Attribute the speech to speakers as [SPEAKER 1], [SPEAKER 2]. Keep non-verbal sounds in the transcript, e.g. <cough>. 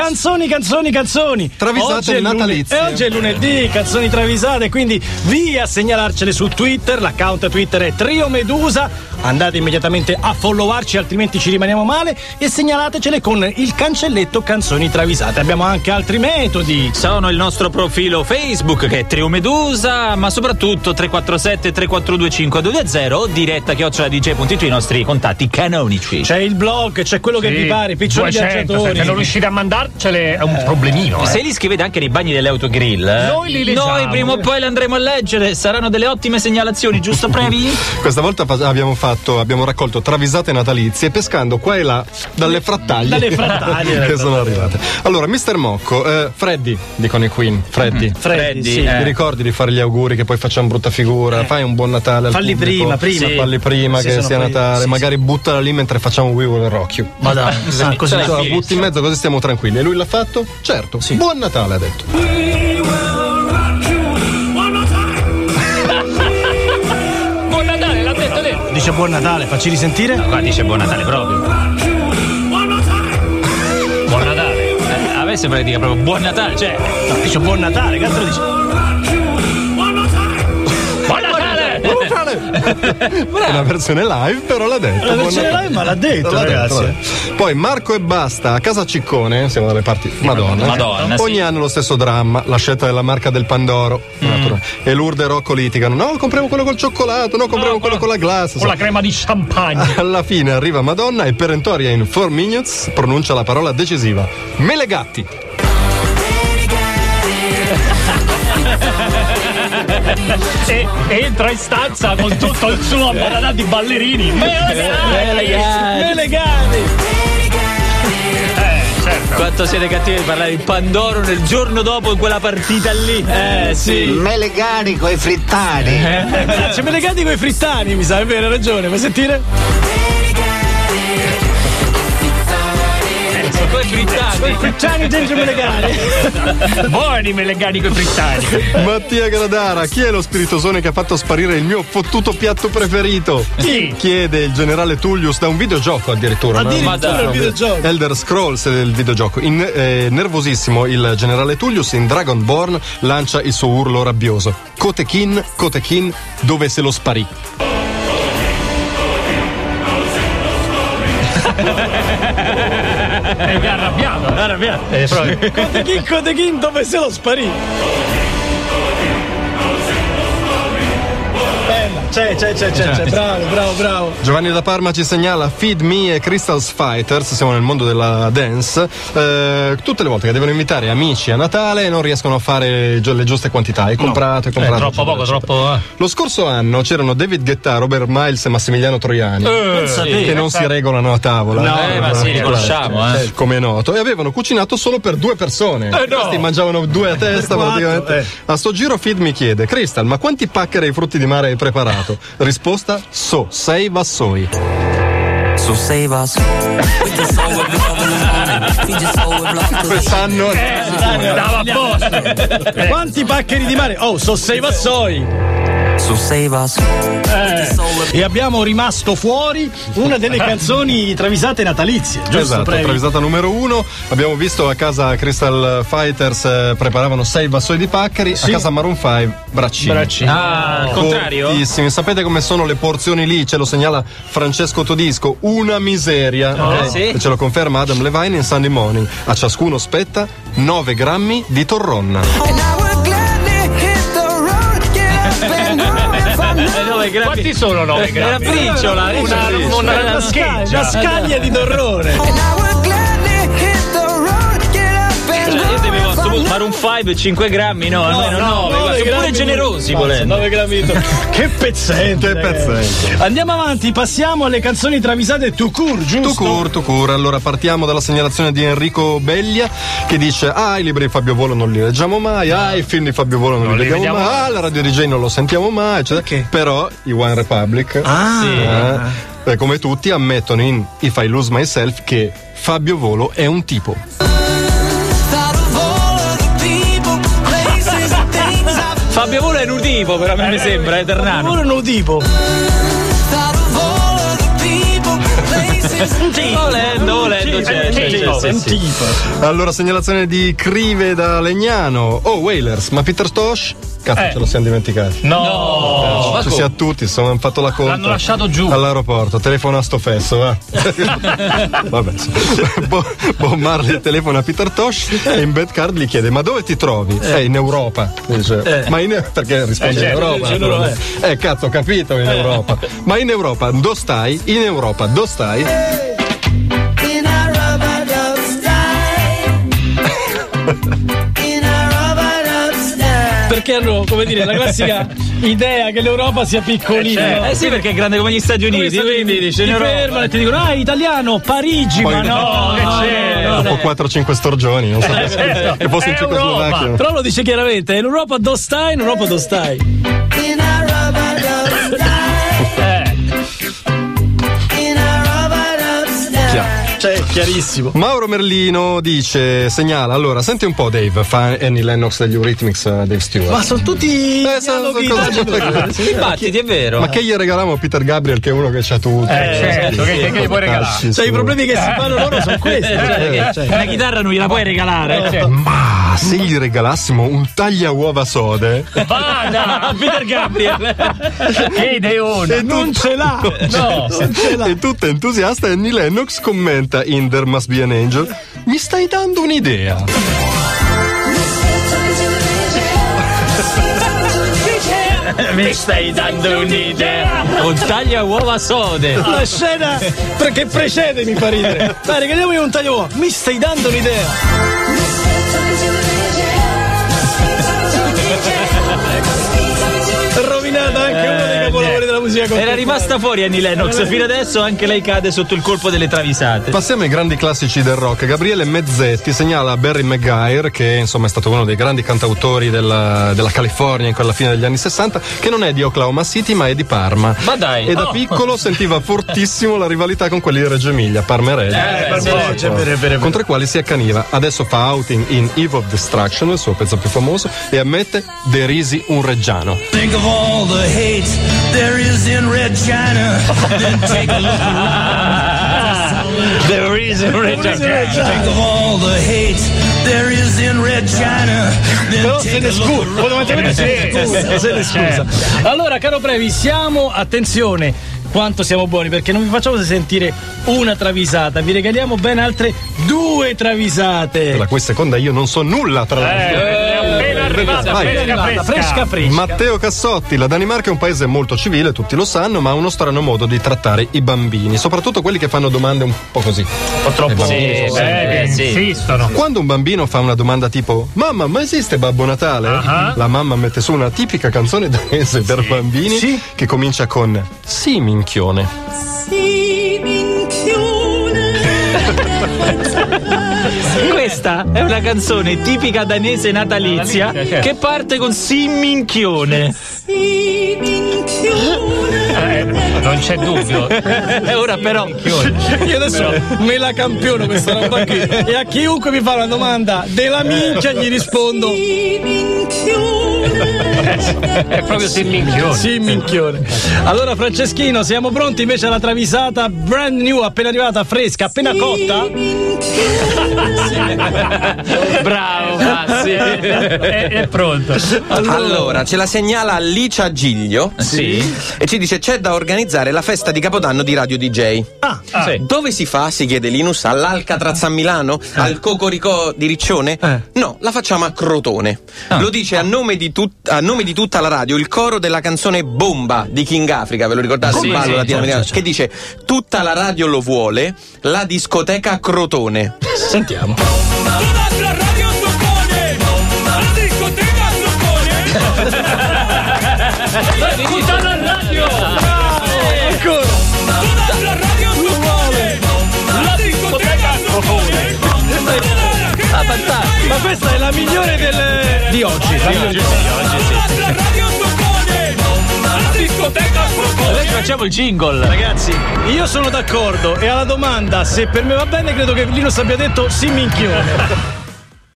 [SPEAKER 1] Canzoni, canzoni, canzoni!
[SPEAKER 2] Travisate
[SPEAKER 1] è lune-
[SPEAKER 2] natalizie.
[SPEAKER 1] E oggi è lunedì, canzoni travisate, quindi via a segnalarcele su Twitter, l'account Twitter è Trio Medusa. Andate immediatamente a followarci, altrimenti ci rimaniamo male, e segnalatecele con il cancelletto Canzoni Travisate. Abbiamo anche altri metodi.
[SPEAKER 3] Sono il nostro profilo Facebook che è Triomedusa, ma soprattutto 347 342 5220 diretta chioccioladj.it i nostri contatti canonici.
[SPEAKER 1] C'è il blog, c'è quello che
[SPEAKER 4] Sì,
[SPEAKER 1] vi pare, piccioli
[SPEAKER 4] 200,
[SPEAKER 1] viaggiatori.
[SPEAKER 4] Se non riuscite a mandarcele è un problemino. eh.
[SPEAKER 3] Cioè,
[SPEAKER 4] <laughs>
[SPEAKER 3] se li scrivete anche nei bagni delle autogrill, eh,
[SPEAKER 4] Noi li leggiamo.
[SPEAKER 3] noi prima o poi le andremo a leggere, saranno delle ottime segnalazioni, giusto Previ?
[SPEAKER 2] Questa volta fa- abbiamo fatto, abbiamo raccolto travisate natalizie pescando qua e là dalle frattaglie.
[SPEAKER 1] Dalle frattaglie.
[SPEAKER 2] <laughs>
[SPEAKER 1] ecco.
[SPEAKER 2] che sono arrivate. Allora, Mr. Mocco, eh, Freddy, dicono i Queen,
[SPEAKER 1] Mm-hmm.
[SPEAKER 2] Freddy.
[SPEAKER 1] Freddy,
[SPEAKER 3] Freddy,
[SPEAKER 1] sì.
[SPEAKER 3] eh.
[SPEAKER 2] Ti ricordi di fare gli auguri che poi facciamo brutta figura? Fai un buon Natale al
[SPEAKER 1] Eh. Falli
[SPEAKER 2] pubblico.
[SPEAKER 1] prima, prima. Sì.
[SPEAKER 2] Falli prima
[SPEAKER 1] Sì,
[SPEAKER 2] che
[SPEAKER 1] sono
[SPEAKER 2] sia
[SPEAKER 1] poi-
[SPEAKER 2] Natale,
[SPEAKER 1] sì,
[SPEAKER 2] magari buttala lì mentre facciamo We Will Rock You.
[SPEAKER 4] Ma dai, sa, così.
[SPEAKER 2] Cioè, la
[SPEAKER 3] sì.
[SPEAKER 2] butti in mezzo così stiamo tranquilli. E lui l'ha fatto? Certo. Buon Natale ha detto.
[SPEAKER 3] Buon Natale, l'ha detto lei.
[SPEAKER 1] Dice buon Natale, facci risentire.
[SPEAKER 3] Qua dice buon Natale proprio. Buon Natale. Eh, a me sembra che dica proprio buon Natale, cioè
[SPEAKER 1] No, dice buon Natale, che altro dice?
[SPEAKER 3] buon Natale!
[SPEAKER 2] Buon Natale! È una versione live, però l'ha detto.
[SPEAKER 1] La
[SPEAKER 2] Buon
[SPEAKER 1] versione
[SPEAKER 2] Natale.
[SPEAKER 1] live, ma l'ha detto,
[SPEAKER 2] L'ha detto,
[SPEAKER 1] ragazzi.
[SPEAKER 2] l'ha detto. Poi Marco e Basta a casa Ciccone, siamo dalle parti Madonna.
[SPEAKER 3] Madonna, sì.
[SPEAKER 2] Ogni anno lo stesso dramma, la scelta della marca del Pandoro.
[SPEAKER 4] Mm.
[SPEAKER 2] Natura- E Lourdes e Rocco litigano. No, compriamo quello col cioccolato, no, compriamo
[SPEAKER 4] No,
[SPEAKER 2] quello
[SPEAKER 4] no.
[SPEAKER 2] con la glass.
[SPEAKER 4] Con la crema di champagne.
[SPEAKER 2] Alla fine arriva Madonna e perentoria in 4 minutes pronuncia la parola decisiva. Melegatti.
[SPEAKER 4] e entra in stanza con tutto il suo abbonamento di ballerini.
[SPEAKER 1] Eh, legati.
[SPEAKER 3] Quanto siete cattivi di parlare di Pandoro nel giorno dopo in quella partita lì? Eh sì.
[SPEAKER 5] Me le cari coi frittari.
[SPEAKER 1] Ci me Eh, legati coi frittani, mi sa, è vero, hai ragione. Vuoi sentire?
[SPEAKER 3] Poi frittati.
[SPEAKER 1] Frittani dentro me legati.
[SPEAKER 4] eh. Buoni me legati coi frittari.
[SPEAKER 2] Mattia Gradara, chi è lo spiritosone che ha fatto sparire il mio fottuto piatto preferito?
[SPEAKER 4] Chi?
[SPEAKER 2] Chiede il generale Tullius da un videogioco addirittura. no?
[SPEAKER 3] Ma
[SPEAKER 1] Addirittura
[SPEAKER 3] dai.
[SPEAKER 1] il videogioco.
[SPEAKER 2] Elder Scrolls del videogioco. In, eh, nervosissimo, il generale Tullius in Dragonborn lancia il suo urlo rabbioso. Kotekin, Kotekin, dove se lo sparì.
[SPEAKER 4] E mi ha arrabbiato. arrabbiato.
[SPEAKER 3] eh,
[SPEAKER 1] Conte King, Conte King, dove se lo sparì? Bella, c'è, c'è, c'è, c'è, c'è, bravo, bravo, bravo.
[SPEAKER 2] Giovanni da Parma ci segnala Feed Me e Crystals Fighters, siamo nel mondo della dance. eh, tutte le volte che devono invitare amici a Natale non riescono a fare gio- le giuste quantità. Hai
[SPEAKER 3] Eh,
[SPEAKER 2] comprato, hai comprato.
[SPEAKER 4] Troppo
[SPEAKER 2] eccetera,
[SPEAKER 4] poco, troppo. eh.
[SPEAKER 2] eccetera. Lo scorso anno c'erano David Guetta, Robert Miles e Massimiliano Troiani. che non si regolano a tavola.
[SPEAKER 3] Eh, No, eh, ma sì, li conosciamo, eh.
[SPEAKER 2] come è noto, e avevano cucinato solo per due persone. Eh Questi mangiavano due a testa praticamente.
[SPEAKER 3] eh.
[SPEAKER 2] A sto giro Fid mi chiede, Crystal, ma quanti paccheri ai frutti di mare hai preparato? Risposta, so, sei vassoi.
[SPEAKER 6] So save us. We just roll with love in the morning. We just roll with love. 'cause it's-
[SPEAKER 2] Quest'anno...
[SPEAKER 3] Eh,
[SPEAKER 2] Esatto,
[SPEAKER 4] Stava apposta.
[SPEAKER 1] Quanti paccheri di mare? Oh, sono sei vassoi.
[SPEAKER 6] So save us. We just roll with
[SPEAKER 1] E abbiamo rimasto fuori una
[SPEAKER 3] <laughs>
[SPEAKER 1] delle canzoni travisate natalizie, giusto?
[SPEAKER 2] Esatto,
[SPEAKER 1] Previ?
[SPEAKER 2] travisata numero uno. Abbiamo visto a casa Crystal Fighters eh, preparavano sei vassoi di paccheri, a casa Maroon 5 braccini.
[SPEAKER 3] Ah, al contrario?
[SPEAKER 2] Fortissimi. Sapete come sono le porzioni lì? Ce lo segnala Francesco Todisco. Una miseria.
[SPEAKER 3] Ah,
[SPEAKER 2] Ok?
[SPEAKER 3] sì?
[SPEAKER 2] E Ce lo conferma Adam Levine in Sunday Morning. A ciascuno spetta 9 grammi di torronna.
[SPEAKER 6] And I would gladly hit the road, get up and go if I know.
[SPEAKER 3] Eh, dove, grazie.
[SPEAKER 4] Quanti sono nove
[SPEAKER 3] Era
[SPEAKER 4] gradi?
[SPEAKER 3] briciola,
[SPEAKER 4] Una,
[SPEAKER 3] briciola.
[SPEAKER 4] una,
[SPEAKER 3] Era
[SPEAKER 1] Sca-
[SPEAKER 4] una scheggia.
[SPEAKER 1] una scaglia di torrone.
[SPEAKER 6] And I would gladly hit the road, get up and
[SPEAKER 3] Cioè,
[SPEAKER 6] go
[SPEAKER 3] io devo
[SPEAKER 6] if I
[SPEAKER 3] assumo-
[SPEAKER 6] know.
[SPEAKER 3] fare un 5 5 grammi, Eh, no, almeno 9,
[SPEAKER 1] nove
[SPEAKER 3] sono
[SPEAKER 1] grammi
[SPEAKER 3] pure generosi
[SPEAKER 1] non-
[SPEAKER 3] volendo.
[SPEAKER 1] 9 grammi di
[SPEAKER 3] <laughs>
[SPEAKER 1] tor- Che pezzente.
[SPEAKER 2] Che
[SPEAKER 1] ragazzi.
[SPEAKER 2] pezzente.
[SPEAKER 1] Andiamo avanti, passiamo alle canzoni travisate to cure, giusto?
[SPEAKER 2] Tu cur, tu cur. Allora partiamo dalla segnalazione di Enrico Beglia che dice: Ah, i libri di Fabio Volo non li leggiamo mai, ah, i film di Fabio Volo non, li
[SPEAKER 4] li
[SPEAKER 2] vediamo mai,
[SPEAKER 4] vediamo
[SPEAKER 2] ah, la radio DJ non lo sentiamo mai. eccetera. Però i One Republic, eh, eh, come tutti, ammettono in If I Lose Myself che Fabio Volo è un tipo.
[SPEAKER 6] Thought of all of the people, places and things I've
[SPEAKER 3] Fabio Volo è nutivo, però a
[SPEAKER 1] Eh,
[SPEAKER 3] me mi sembra, è Ternano.
[SPEAKER 1] Ora non tipo.
[SPEAKER 6] thought of all of the people, places
[SPEAKER 1] <laughs>
[SPEAKER 3] Volendo, volendo, c'è, c'è, c'è, sì, sì.
[SPEAKER 2] Allora, segnalazione di Crive da Legnano. Oh, Whalers, ma Peter Tosh? Cazzo,
[SPEAKER 4] Eh.
[SPEAKER 2] ce lo siamo dimenticati.
[SPEAKER 4] No,
[SPEAKER 3] Oh, ma
[SPEAKER 2] Ci
[SPEAKER 3] come?
[SPEAKER 2] siamo tutti, sono hanno fatto la conta.
[SPEAKER 4] l'hanno lasciato giù.
[SPEAKER 2] All'aeroporto, telefono a sto fesso,
[SPEAKER 4] <laughs>
[SPEAKER 2] va. Vabbè. sì. Bo- Bob Marley telefona a Peter Tosh e in bad card gli chiede: Ma dove ti trovi? Eh, in Europa. Dice, Ma in perché risponde
[SPEAKER 4] Eh, certo,
[SPEAKER 2] in Europa?
[SPEAKER 4] dice loro, eh.
[SPEAKER 2] eh, cazzo, ho capito in Europa. Ma in Europa, dove stai? In Europa, dove stai?
[SPEAKER 4] Eh,
[SPEAKER 7] In a rubber dub style. In a rubber dub style.
[SPEAKER 1] Perché hanno, come dire, la
[SPEAKER 3] <laughs>
[SPEAKER 1] classica idea che l'Europa sia piccolina.
[SPEAKER 3] Eh sì, perché è grande come gli Stati
[SPEAKER 1] Quindi
[SPEAKER 3] Uniti, quindi
[SPEAKER 1] ti
[SPEAKER 3] dice in Europa.
[SPEAKER 1] fermano e ti dicono: Ah, italiano, Parigi,
[SPEAKER 2] Poi-
[SPEAKER 1] ma no,
[SPEAKER 4] che c'è?
[SPEAKER 1] no, no.
[SPEAKER 2] Dopo 4-5 storgioni, non so se che fosse in
[SPEAKER 4] Eh, certo. Europa.
[SPEAKER 2] Cecoslovacchia.
[SPEAKER 1] Però lo dice chiaramente: in Europa dove stai, in Europa dove stai.
[SPEAKER 7] In a rubber dub style. In a rubber dub style.
[SPEAKER 1] Cioè, chiarissimo.
[SPEAKER 2] Mauro Merlino dice, segnala, allora, senti un po' Dave, fa Annie Lennox degli Eurythmics eh, Dave Stewart.
[SPEAKER 1] Ma sono tutti.
[SPEAKER 2] Eh, sono-
[SPEAKER 1] dialoghi
[SPEAKER 2] sono
[SPEAKER 1] da-
[SPEAKER 2] cose-
[SPEAKER 3] Dibattiti, è vero.
[SPEAKER 2] Ma che gli regaliamo a Peter Gabriel che è uno che c'ha tutto?
[SPEAKER 4] Eh, certo, che- che- che gli puoi regalare?
[SPEAKER 2] Cazzi,
[SPEAKER 1] Cioè, i
[SPEAKER 2] su.
[SPEAKER 1] problemi che si fanno loro sono questi. cioè, cioè.
[SPEAKER 3] Una chitarra non gliela puoi regalare.
[SPEAKER 4] Cioè,
[SPEAKER 2] Ma Ah, se gli regalassimo un taglia uova <laughs> sode
[SPEAKER 4] vada,
[SPEAKER 3] Peter Gabriel.
[SPEAKER 4] che ideone.
[SPEAKER 1] Non ce l'ha!
[SPEAKER 4] No,
[SPEAKER 1] Non ce l'ha!
[SPEAKER 2] e tutta entusiasta Annie Lennox commenta in There Must Be an Angel, mi stai dando un'idea.
[SPEAKER 4] Eh, mi stai dando un'idea.
[SPEAKER 3] Con taglia uova sode.
[SPEAKER 1] La scena perché Cioè, precede mi fa ridere. Dai, regaliamo io un taglio. uomo. Mi stai dando un'idea. Rovinata anche uno dei capolavori della musica
[SPEAKER 3] Eh, Era
[SPEAKER 1] contemporanea.
[SPEAKER 3] rimasta fuori Annie Lennox. Fino adesso anche lei cade sotto il colpo delle travisate.
[SPEAKER 2] Passiamo ai grandi classici del rock. Gabriele Mezzetti segnala Barry McGuire, che insomma è stato uno dei grandi cantautori della, della California in quella fine degli anni 60, che non è di Oklahoma City ma è di Parma.
[SPEAKER 3] Ma dai.
[SPEAKER 2] E da
[SPEAKER 3] Oh.
[SPEAKER 2] piccolo
[SPEAKER 3] <laughs>
[SPEAKER 2] sentiva fortissimo la rivalità con quelli di Reggio Emilia, Parmerelli.
[SPEAKER 3] beh, Eh, sì,
[SPEAKER 2] Ecco. contro i quali si accaniva. Adesso fa outing in Eve of Destruction, il suo pezzo più famoso, e ammette Derisi un reggiano.
[SPEAKER 8] Think of all the hate there is in Red China. Then take a look Think of all the hate there is in Red China. Then
[SPEAKER 1] Però se
[SPEAKER 8] take
[SPEAKER 1] ne
[SPEAKER 8] a look
[SPEAKER 1] scusa,
[SPEAKER 4] eh,
[SPEAKER 1] fondamentalmente se ne scusa, se ne scusa. Certo. Allora, caro Previ, siamo, attenzione, quanto siamo buoni, perché non vi facciamo sentire una travisata, vi regaliamo ben altre due
[SPEAKER 2] La
[SPEAKER 1] travisate.
[SPEAKER 2] cui seconda io non so nulla, tra l'altro.
[SPEAKER 3] Eh,
[SPEAKER 4] è
[SPEAKER 1] Eh,
[SPEAKER 4] appena arrivata,
[SPEAKER 2] Vai.
[SPEAKER 4] fresca, fresca.
[SPEAKER 1] Fresca fresca.
[SPEAKER 2] Matteo Cassotti, la Danimarca è un paese molto civile, tutti lo sanno, ma ha uno strano modo di trattare i bambini, soprattutto quelli che fanno domande un po' così.
[SPEAKER 4] Troppo
[SPEAKER 2] Sì,
[SPEAKER 4] sì,
[SPEAKER 3] sì,
[SPEAKER 4] beh,
[SPEAKER 3] sì.
[SPEAKER 4] Eh, insistono.
[SPEAKER 2] Quando un bambino fa una domanda tipo Mamma, ma esiste Babbo Natale?
[SPEAKER 4] Ah.
[SPEAKER 2] La mamma mette su una tipica canzone danese per bambini
[SPEAKER 1] Sì.
[SPEAKER 2] che comincia con Sì, minchione.
[SPEAKER 3] Questa è una canzone tipica danese natalizia
[SPEAKER 4] Natalizia, certo.
[SPEAKER 3] che parte con Simminchione.
[SPEAKER 4] Non c'è dubbio.
[SPEAKER 3] E ora però
[SPEAKER 1] Eh, Io adesso me la campiono questa roba qui e a chiunque mi fa una domanda della minchia gli rispondo
[SPEAKER 4] È proprio se minchione.
[SPEAKER 1] Sì, minchione. Allora, Franceschino, siamo pronti invece alla travisata brand new, appena arrivata, fresca, appena cotta?
[SPEAKER 3] bravo <laughs> Mazzi.
[SPEAKER 4] È, è pronto.
[SPEAKER 9] Allora, ce la segnala
[SPEAKER 3] <laughs>
[SPEAKER 9] Alicia Giglio
[SPEAKER 3] Sì.
[SPEAKER 9] e ci dice c'è da organizzare la festa di Capodanno di Radio DJ.
[SPEAKER 3] Sì.
[SPEAKER 9] Dove si fa? si chiede Linus, all'Alcatraz a Milano?
[SPEAKER 3] Eh.
[SPEAKER 9] Al Cocoricò di Riccione? No, la facciamo a Crotone.
[SPEAKER 3] Ah.
[SPEAKER 9] Lo dice a nome, di tut- a nome di tutta la radio il coro della canzone Bomba di King Africa, ve lo ricordate?
[SPEAKER 3] Sì,
[SPEAKER 9] Il
[SPEAKER 3] sì, certo,
[SPEAKER 9] ballo latinoamericano, che dice tutta la radio lo vuole, la discoteca a Crotone.
[SPEAKER 1] Sentiamo.
[SPEAKER 8] Todas las radios lo ponen, las discotecas lo ponen.
[SPEAKER 4] Ascolta la radio.
[SPEAKER 8] Todas las radios lo ponen, las discotecas lo ponen. Toda la gente lo
[SPEAKER 1] Ma questa è la migliore del... eh, di oggi.
[SPEAKER 8] Todas las radios lo ponen, las discotecas lo ponen.
[SPEAKER 3] Adesso facciamo il jingle.
[SPEAKER 1] Ragazzi, io sono d'accordo e alla domanda se per me va bene credo che Linus abbia detto sì minchione.